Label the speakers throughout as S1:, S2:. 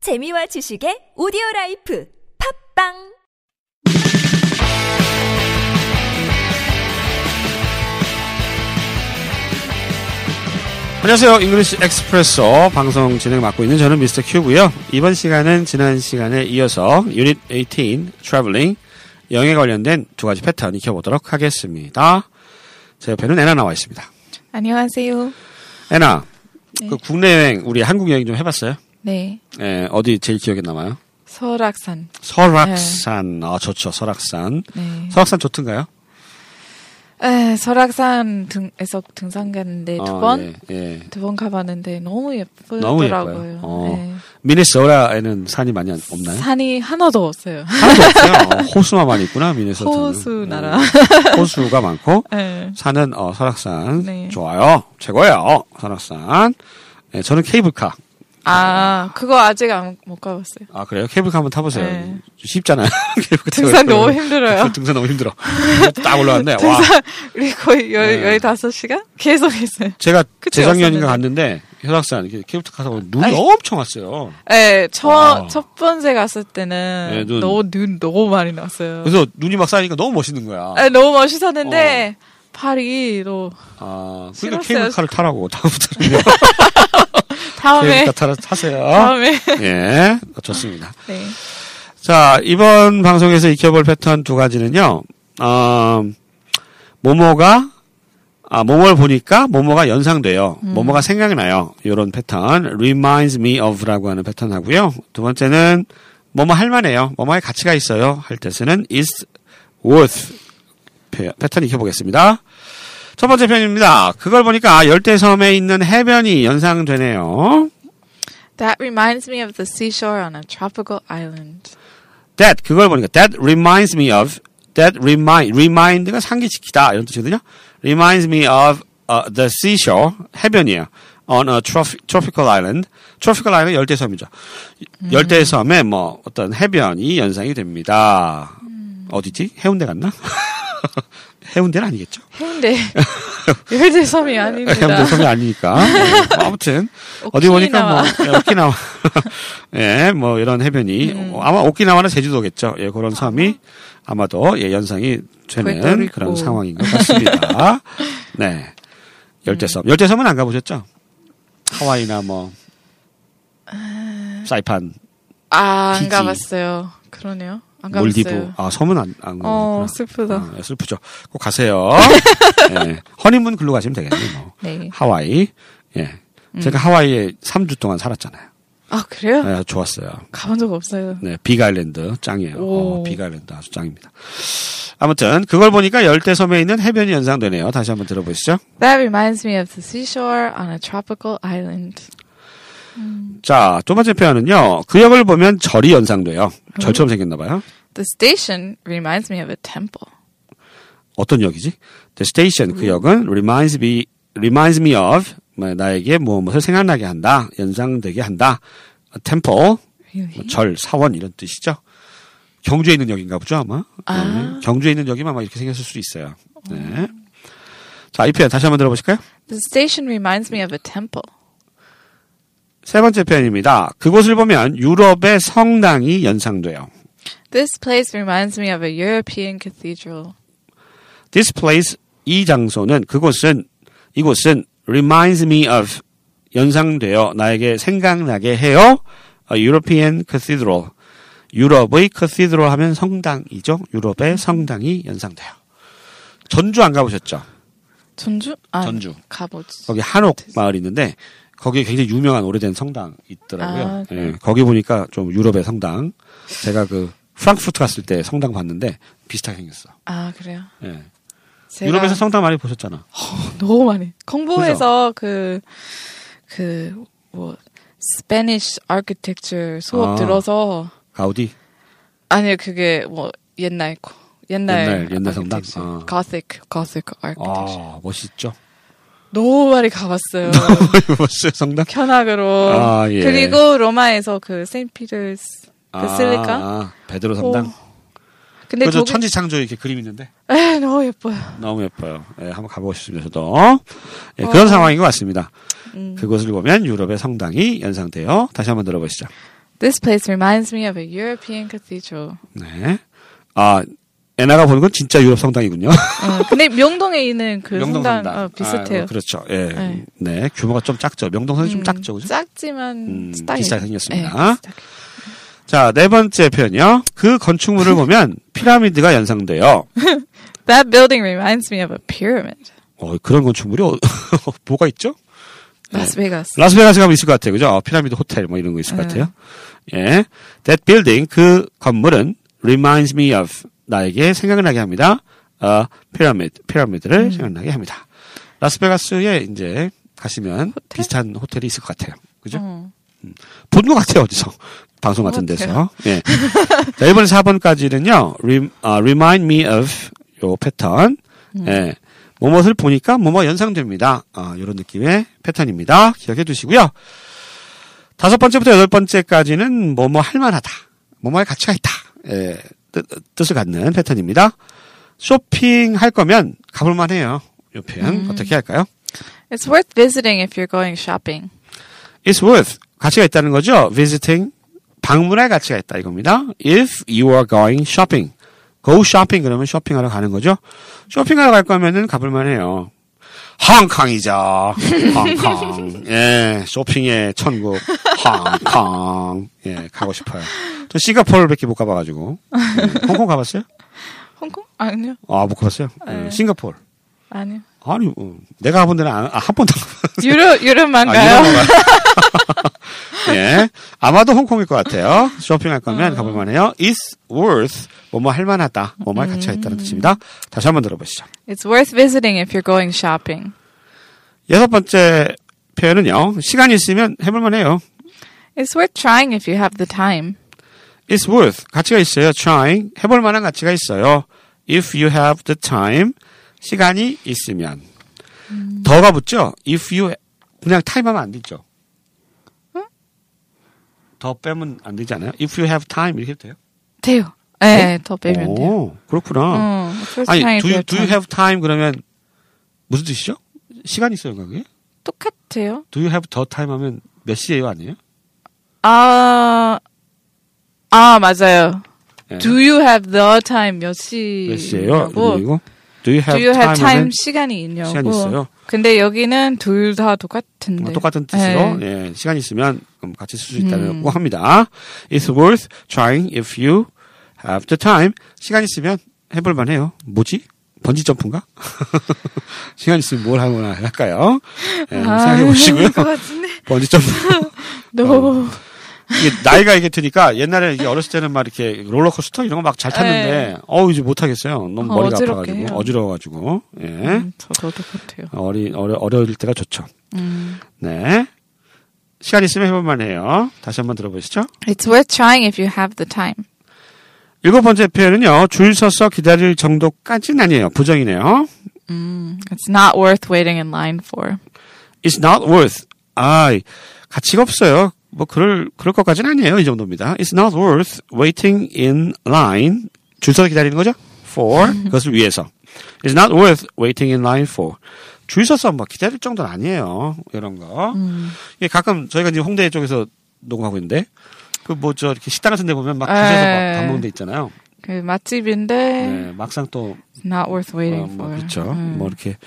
S1: 재미와 지식의 오디오 라이프 팝빵
S2: 안녕하세요. 잉글리시 엑스프레소 방송 진행 맡고 있는 저는 미스터 큐고요. 이번 시간은 지난 시간에 이어서 유닛 18 트래블링 영에 관련된 두 가지 패턴 익혀보도록 하겠습니다. 제 옆에는 애나 나와 있습니다.
S3: 안녕하세요.
S2: 애나,
S3: 네.
S2: 그 국내 여행 우리 한국 여행 좀 해봤어요?
S3: 네.
S2: 예, 어디 제일 기억에 남아요?
S3: 설악산.
S2: 설악산. 아 좋죠. 설악산.
S3: 네.
S2: 설악산 좋던가요?
S3: 에, 설악산 등에서 등산 갔는데
S2: 아,
S3: 네, 두 번,
S2: 예, 예.
S3: 두 번 가봤는데 너무
S2: 너무
S3: 예쁘더라고요.
S2: 예뻐요. 어.
S3: 네.
S2: 미네소라에는 산이 많이 안- 없나요?
S3: 산이 하나도 없어요.
S2: 산도 없어요. 어, 호수만 많이 있구나 미네소타는.
S3: 호수 나라.
S2: 음, 호수가 많고
S3: 네.
S2: 산은 어 설악산
S3: 네.
S2: 좋아요 최고예요 설악산 네, 저는 케이블카
S3: 아, 그거 아직 안, 못 가봤어요.
S2: 아 그래요 케이블카 한번 타보세요
S3: 네.
S2: 쉽잖아요 케이블카 타고
S3: 등산 너무
S2: 올라가면.
S3: 힘들어요.
S2: 등산 너무 힘들어 딱 올라왔네 와
S3: 등산, 우리 거의 열,
S2: 네.
S3: 열다섯 시간? 계속 했어요.
S2: 제가
S3: 그치,
S2: 재작년인가
S3: 왔었는데.
S2: 갔는데 설악산 이렇게 케이블카 타고 눈이
S3: 아이.
S2: 엄청 왔어요
S3: 네,
S2: 와.
S3: 첫, 첫 번째 갔을 때는
S2: 네, 눈.
S3: 너무 눈 너무 많이 났어요.
S2: 그래서 눈이 막 쌓이니까 너무 멋있는 거야
S3: 네, 너무 멋있었는데,
S2: 어.
S3: 팔이 또
S2: 아 그러니까
S3: 싫었어요.
S2: 케이블카를 타라고 다음부터는
S3: 다음에
S2: 케이블카 타라 타세요
S3: 다음에
S2: 예 좋습니다
S3: 네.
S2: 자, 이번 방송에서 익혀볼 패턴 두 가지는요, 어, 모모가, 아, 모모를 보니까 모모가 연상돼요. 모모가 생각나요. 요런 패턴. reminds me of 라고 하는 패턴 하고요. 두 번째는, 모모 할만해요. 모모의 가치가 있어요. 할 때 쓰는 is worth 패- 패턴 익혀보겠습니다. 첫 번째 편입니다. 그걸 보니까 아, 열대섬에 있는 해변이 연상되네요.
S3: That reminds me of the seashore on a tropical island.
S2: That 그걸 보니까 that reminds me of that remind remind가 상기시키다 이런 뜻이거든요. Reminds me of uh, the seashore 해변이에요. On a trof- tropical island. Tropical island 열대섬이죠. 열대섬의 뭐 어떤 해변이 연상이 됩니다. 어디지? 해운대 갔나? 해운대는 아니겠죠.
S3: 해운대 열대섬이 아닙니다.
S2: 해운대섬이 네, 아니니까. 네. 뭐 아무튼 어디 보니까 뭐 예, 오키나와, 예, 뭐 이런 해변이
S3: 음.
S2: 어, 아마 오키나와는 제주도겠죠. 예,
S3: 아.
S2: 그런 섬이 아마도 예 연상이 되는
S3: 푸에르토리코.
S2: 그런 상황인 것 같습니다. 네, 열대섬, 열대섬은 안 가보셨죠? 하와이나 뭐 사이판,
S3: 아,
S2: 피지.
S3: Ah, 안 가봤어요. 그러네요. 안 가봤어요.
S2: 몰디브, 아 섬은 안, 안
S3: 어,
S2: 가보셨구나.
S3: 슬프다.
S2: 아, 슬프죠. 꼭 가세요. 예, 허니문 글로 가시면 되겠네요. 뭐.
S3: 네.
S2: 하와이, 예. 제가 하와이에 3주 동안 살았잖아요.
S3: 아, 그래요?
S2: 네, 아주 좋았어요.
S3: 가본 적 없어요.
S2: 네, 빅아일랜드 짱이에요.
S3: 오.
S2: 어, 빅아일랜드 아주 짱입니다. 아무튼 그걸 보니까 열대섬에 있는 해변이 연상되네요. 다시 한번 들어보시죠.
S3: That reminds me of the seashore on a tropical island.
S2: 자, 두 번째 표현은요. 그 역을 보면 절이 연상돼요. 절처럼 생겼나 봐요.
S3: The station reminds me of a temple.
S2: 어떤 역이지? The station 그 역은 reminds me reminds me of 뭐, 나에게 무엇을 생각나게 한다. 연상되게 한다. A temple 뭐
S3: Really?
S2: 절, 사원 이런 뜻이죠. 경주에 있는 역인가 보죠 아마. 네. 경주에 있는 역이면 아마 이렇게 생겼을 수도 있어요. 네. 자, 이 표현 다시 한번 들어보실까요?
S3: The station reminds me of a temple.
S2: 세 번째 표현입니다. 그곳을 보면 유럽의 성당이 연상돼요.
S3: This place reminds me of a European cathedral.
S2: This place 이 장소는 그곳은 이곳은 reminds me of 연상돼요. 나에게 생각나게 해요. A European Cathedral. 유럽의 cathedral 하면 성당이죠. 유럽의 성당이 연상돼요. 전주 안 가보셨죠?
S3: 전주? 아,
S2: 전주.
S3: 가보지.
S2: 거기 한옥 마을 이 있는데 거기에 굉장히 유명한 오래된 성당 있더라고요.
S3: 아,
S2: 예, 거기 보니까 좀 유럽의 성당. 제가 그 프랑크푸르트 갔을 때 성당 봤는데 비슷하게 생겼어.
S3: 아, 그래요.
S2: 예.
S3: 제가
S2: 유럽에서 성당 많이 보셨잖아.
S3: 너무 많이. 공부해서 그, 그, 뭐, 스페니쉬 아키텍처 수업
S2: 아.
S3: 들어서,
S2: 가우디.
S3: 아니, 그게 뭐, 옛날, 거- 옛날.
S2: 옛날- 옛날 성당? 아.
S3: Gothic, Gothic architecture.
S2: 아 멋있죠. 아. 뭐
S3: 너무 많이 가봤어요.
S2: 멋있어요 성당.
S3: 현악으로.
S2: 아, 예.
S3: 그리고 로마에서 그, 세인피터스 베실리카?
S2: 아, 아, 베드로 성당.
S3: 그 오. 근데
S2: 그래서
S3: 저기,
S2: 천지창조 이렇게 그림 있는데
S3: 에, 너무 예뻐요.
S2: 너무 예뻐요. 예, 한번 가보고 싶습니다. 저도 예, 그런
S3: 어.
S2: 상황인 것 같습니다.
S3: 음.
S2: 그곳을 보면 유럽의 성당이 연상돼요. 다시 한번 들어보시죠.
S3: This place reminds me of a European cathedral.
S2: 네. 아, 에나가 보는 건 진짜 유럽 성당이군요.
S3: 어, 근데 명동에 있는 그 성당, 어, 비슷해요.
S2: 아, 그렇죠. 예. 네.
S3: 네.
S2: 규모가 좀 작죠. 명동선이 좀
S3: 음,
S2: 작죠. 그죠?
S3: 작지만
S2: 음,
S3: 스타일.
S2: 비슷하게 생겼습니다.
S3: 네, 비슷하게.
S2: 자, 네 번째 표현이요. 그 건축물을 보면 피라미드가 연상돼요.
S3: That building reminds me of a pyramid.
S2: 어, 그런 건축물이 어, 뭐가 있죠?
S3: Las Vegas.
S2: 라스베가스 가면 있을 것 같아요. 그죠? 어, 피라미드 호텔 뭐 이런 거 있을 것
S3: 음.
S2: 같아요. 예. That building, 그 건물은 reminds me of, 나에게 생각나게 합니다. 어, 피라미드, 피라미드를
S3: 음.
S2: 생각나게 합니다. 라스베가스에 이제 가시면 비슷한 호텔이 있을 것 같아요. 그죠? 음.
S3: 어.
S2: 본 것 같아요, 어디서. 방송 같은 데서. 예. 자, 1번에서 4번까지는요, re, 아, remind me of 요 패턴. 예. 뭐뭇을 보니까 뭐뭐 연상됩니다. 아, 요런 느낌의 패턴입니다. 기억해 두시고요. 다섯 번째부터 여덟 번째까지는 뭐뭐 할만하다. 뭐뭐에 가치가 있다. 예. 뜻, 뜻을 갖는 패턴입니다. 쇼핑할 거면 가볼만 해요. 요 표현 어떻게 할까요?
S3: It's worth visiting if you're going shopping.
S2: It's worth 가치가 있다는 거죠. Visiting 방문할 가치가 있다 이겁니다. If you are going shopping, go shopping 그러면 쇼핑하러 가는 거죠. 쇼핑하러 갈 거면은 가볼만 해요. 홍콩이죠. 홍콩. 예, 쇼핑의 천국. 홍콩. 예, 가고 싶어요. 저 싱가포르밖에 못 가봐가지고. 예, 홍콩 가봤어요?
S3: 홍콩? 아니요.
S2: 아, 못 가봤어요. 예, 싱가포르.
S3: 아니요.
S2: 아니, 어, 내가 가본 데는 안- 아, 한 번도 안 가봤어요.
S3: 유럽 유럽만 가요.
S2: 아, 유럽 가요? 예. 아마도 홍콩일 것 같아요. 쇼핑할 거면
S3: 어.
S2: 가볼만 해요. It's worth, 뭐뭐 할만하다.
S3: 음.
S2: 뭐뭐에 가치가 있다는 뜻입니다. 다시 한번 들어보시죠.
S3: It's worth visiting if you're going shopping.
S2: 여섯 번째 표현은요. 시간이 있으면 해볼만 해요.
S3: It's worth trying if you have the time.
S2: It's worth, 가치가 있어요. trying, 해볼만한 가치가 있어요. If you have the time, 시간이 있으면.
S3: 음.
S2: 더가 붙죠? If you, 그냥 time 하면 안 되죠.
S3: 어?
S2: 더 빼면 안 되지 않아요? If you have time 이렇게 해도 돼요?
S3: 돼요. 네, 더 빼면 돼요.
S2: 오, 그렇구나.
S3: 어, it's worth trying
S2: 아니,
S3: if
S2: do
S3: you
S2: you,
S3: have
S2: do you
S3: time.
S2: have time 그러면 무슨 뜻이죠? 시간 있어요, 그게?
S3: 똑같아요.
S2: Do you have the time 하면 몇 시예요, 아니에요?
S3: 아, 아 맞아요.
S2: 예.
S3: Do you have the time 몇 시?
S2: 몇 시예요? 그리고 do you have
S3: Do you
S2: time
S3: have time
S2: 하면
S3: 시간이 있냐고.
S2: 시간이 있어요.
S3: 근데 여기는 둘 다 똑같은데.
S2: 뭐 똑같은 뜻으로
S3: 네. 음.
S2: 예, 시간 있으면 그럼 같이 쓸 수 있다고 합니다. It's worth trying if you have the time. 시간 있으면 해볼 만해요. 뭐지? 번지 점프인가? 시간 있으면 뭘 하거나 할까요? 예,
S3: 아.
S2: 생각해 보시고요.
S3: 그거 같은데.
S2: 번지 점프. 어.
S3: No.
S2: 이게 나이가 이게 드니까 옛날에 이게 어렸을 때는 막 이렇게 롤러코스터 이런 거 막 잘 탔는데 어우 이제 못 하겠어요. 너무
S3: 네. 어,
S2: 머리가
S3: 어지럽게
S2: 아파가지고
S3: 해요.
S2: 어지러워가지고 예
S3: 음, 저도 똑같아요.
S2: 어리 어려 어려울 때가 좋죠.
S3: 음.
S2: 네 시간 있으면 해볼만 해요. 다시 한번 들어보시죠.
S3: It's worth trying if you have the time.
S2: 일곱 번째 표현은요 줄 서서 기다릴 정도까지는 아니에요 부정이네요.
S3: It's not worth waiting in line for.
S2: It's not worth 아 가치가 없어요. 뭐 그럴 그럴 것까지는 아니에요 이 정도입니다. It's not worth waiting in line 줄 서서 기다리는 거죠. For 그것을 위해서. It's not worth waiting in line for 줄 서서 뭐 기다릴 정도는 아니에요 이런 거. 이게 가끔 저희가 이제 홍대 쪽에서 녹음하고 있는데 그 뭐 저 이렇게 식당 같은데 보면 막 주셔서 막
S3: 에이.
S2: 밥 먹는 데 있잖아요.
S3: 그 맛집인데
S2: 네, 막상 또
S3: it's not worth waiting
S2: 어, 뭐,
S3: for.
S2: 그렇죠.
S3: 예, 음.
S2: 뭐 이렇게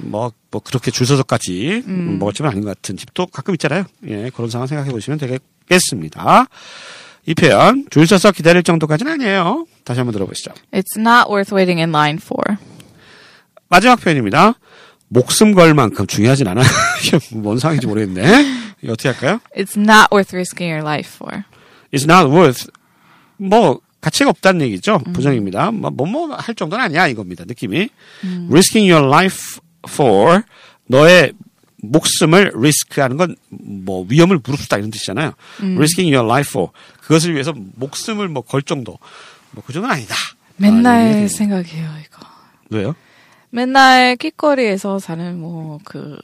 S2: 뭐, 뭐 그렇게 줄 서서까지 먹을 집은 아닌 것 같은 집도 가끔 있잖아요. 예, 그런 상황 생각해 보시면 되겠습니다. 이 표현 줄 서서 기다릴 정도까지는 아니에요. 다시 한번 들어보시죠.
S3: It's not worth waiting in line for.
S2: 마지막 표현입니다. 목숨 걸 만큼 중요하진 않아요. 이게 뭔 상황인지 모르겠네. 이거 어떻게 할까요?
S3: It's not worth risking your life for.
S2: It's not worth 뭐 가치가 없다는 얘기죠. 부정입니다.
S3: 음.
S2: 뭐뭐할 정도는 아니야 이겁니다. 느낌이 risking your life for 너의 목숨을 risk하는 건 뭐 위험을 무릅쓰다 이런 뜻이잖아요.
S3: 음.
S2: risking your life for 그것을 위해서 목숨을 뭐 걸 정도 뭐 그 정도는 아니다. 아, 이런
S3: 맨날
S2: 얘기가 되네요.
S3: 생각해요 이거.
S2: 왜요?
S3: 맨날 길거리에서 사는 뭐 그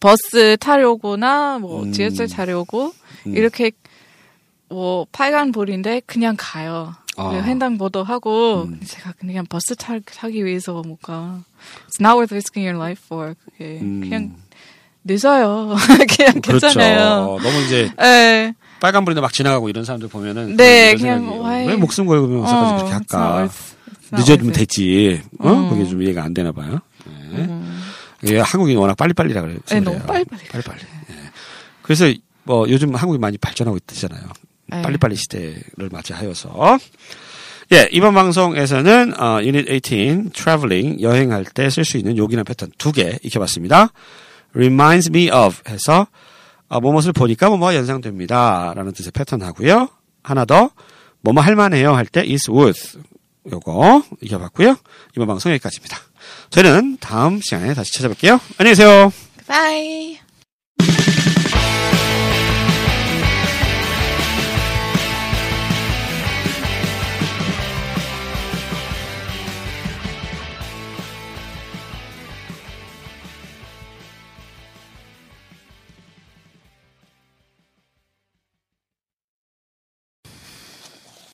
S3: 버스 타려고나 뭐
S2: 음.
S3: 지하철 타려고 이렇게 뭐 빨간 불인데 그냥 가요.
S2: 아. 음.
S3: 그리고 횡단보도 하고 제가 그냥 버스 타, 타기 위해서 못 가. It's not worth risking your life for. 그게 그냥 늦어요. 그냥 괜찮아요.
S2: 음. 뭐 그렇죠. 너무 이제
S3: 네.
S2: 빨간 불인데 막 지나가고 이런 사람들 보면은
S3: 네,
S2: 이런
S3: 그냥
S2: 생각이에요.
S3: why-
S2: 왜 목숨 걸면서까지
S3: 어,
S2: 그렇게
S3: it's not
S2: 할까?
S3: worth- it's not
S2: 늦어지면
S3: worth it.
S2: 됐지. 어?
S3: 아, 음.
S2: 그게 좀 이해가 안 되나 봐요. 네. 이게 한국이 워낙 빨리빨리라 그래요.
S3: 네, 너무 빨리빨리.
S2: 빨리빨리. 예. 그래서 뭐 요즘 한국이 많이 발전하고 있잖아요.
S3: 네.
S2: 빨리빨리 시대를 맞이하여서. 예, 이번 방송에서는 어, 유닛 18 트래블링 여행할 때 쓸 수 있는 요긴한 패턴 두 개 익혀봤습니다. reminds me of 해서 아, 뭐뭇을 보니까 뭐뭐가 연상됩니다. 라는 뜻의 패턴 하고요. 하나 더, 뭐뭐 할만해요 할 때 is worth. 요거 익혀봤고요. 이번 방송 여기까지입니다. 저희는 다음 시간에 다시 찾아뵐게요. 안녕히 계세요.
S3: Bye.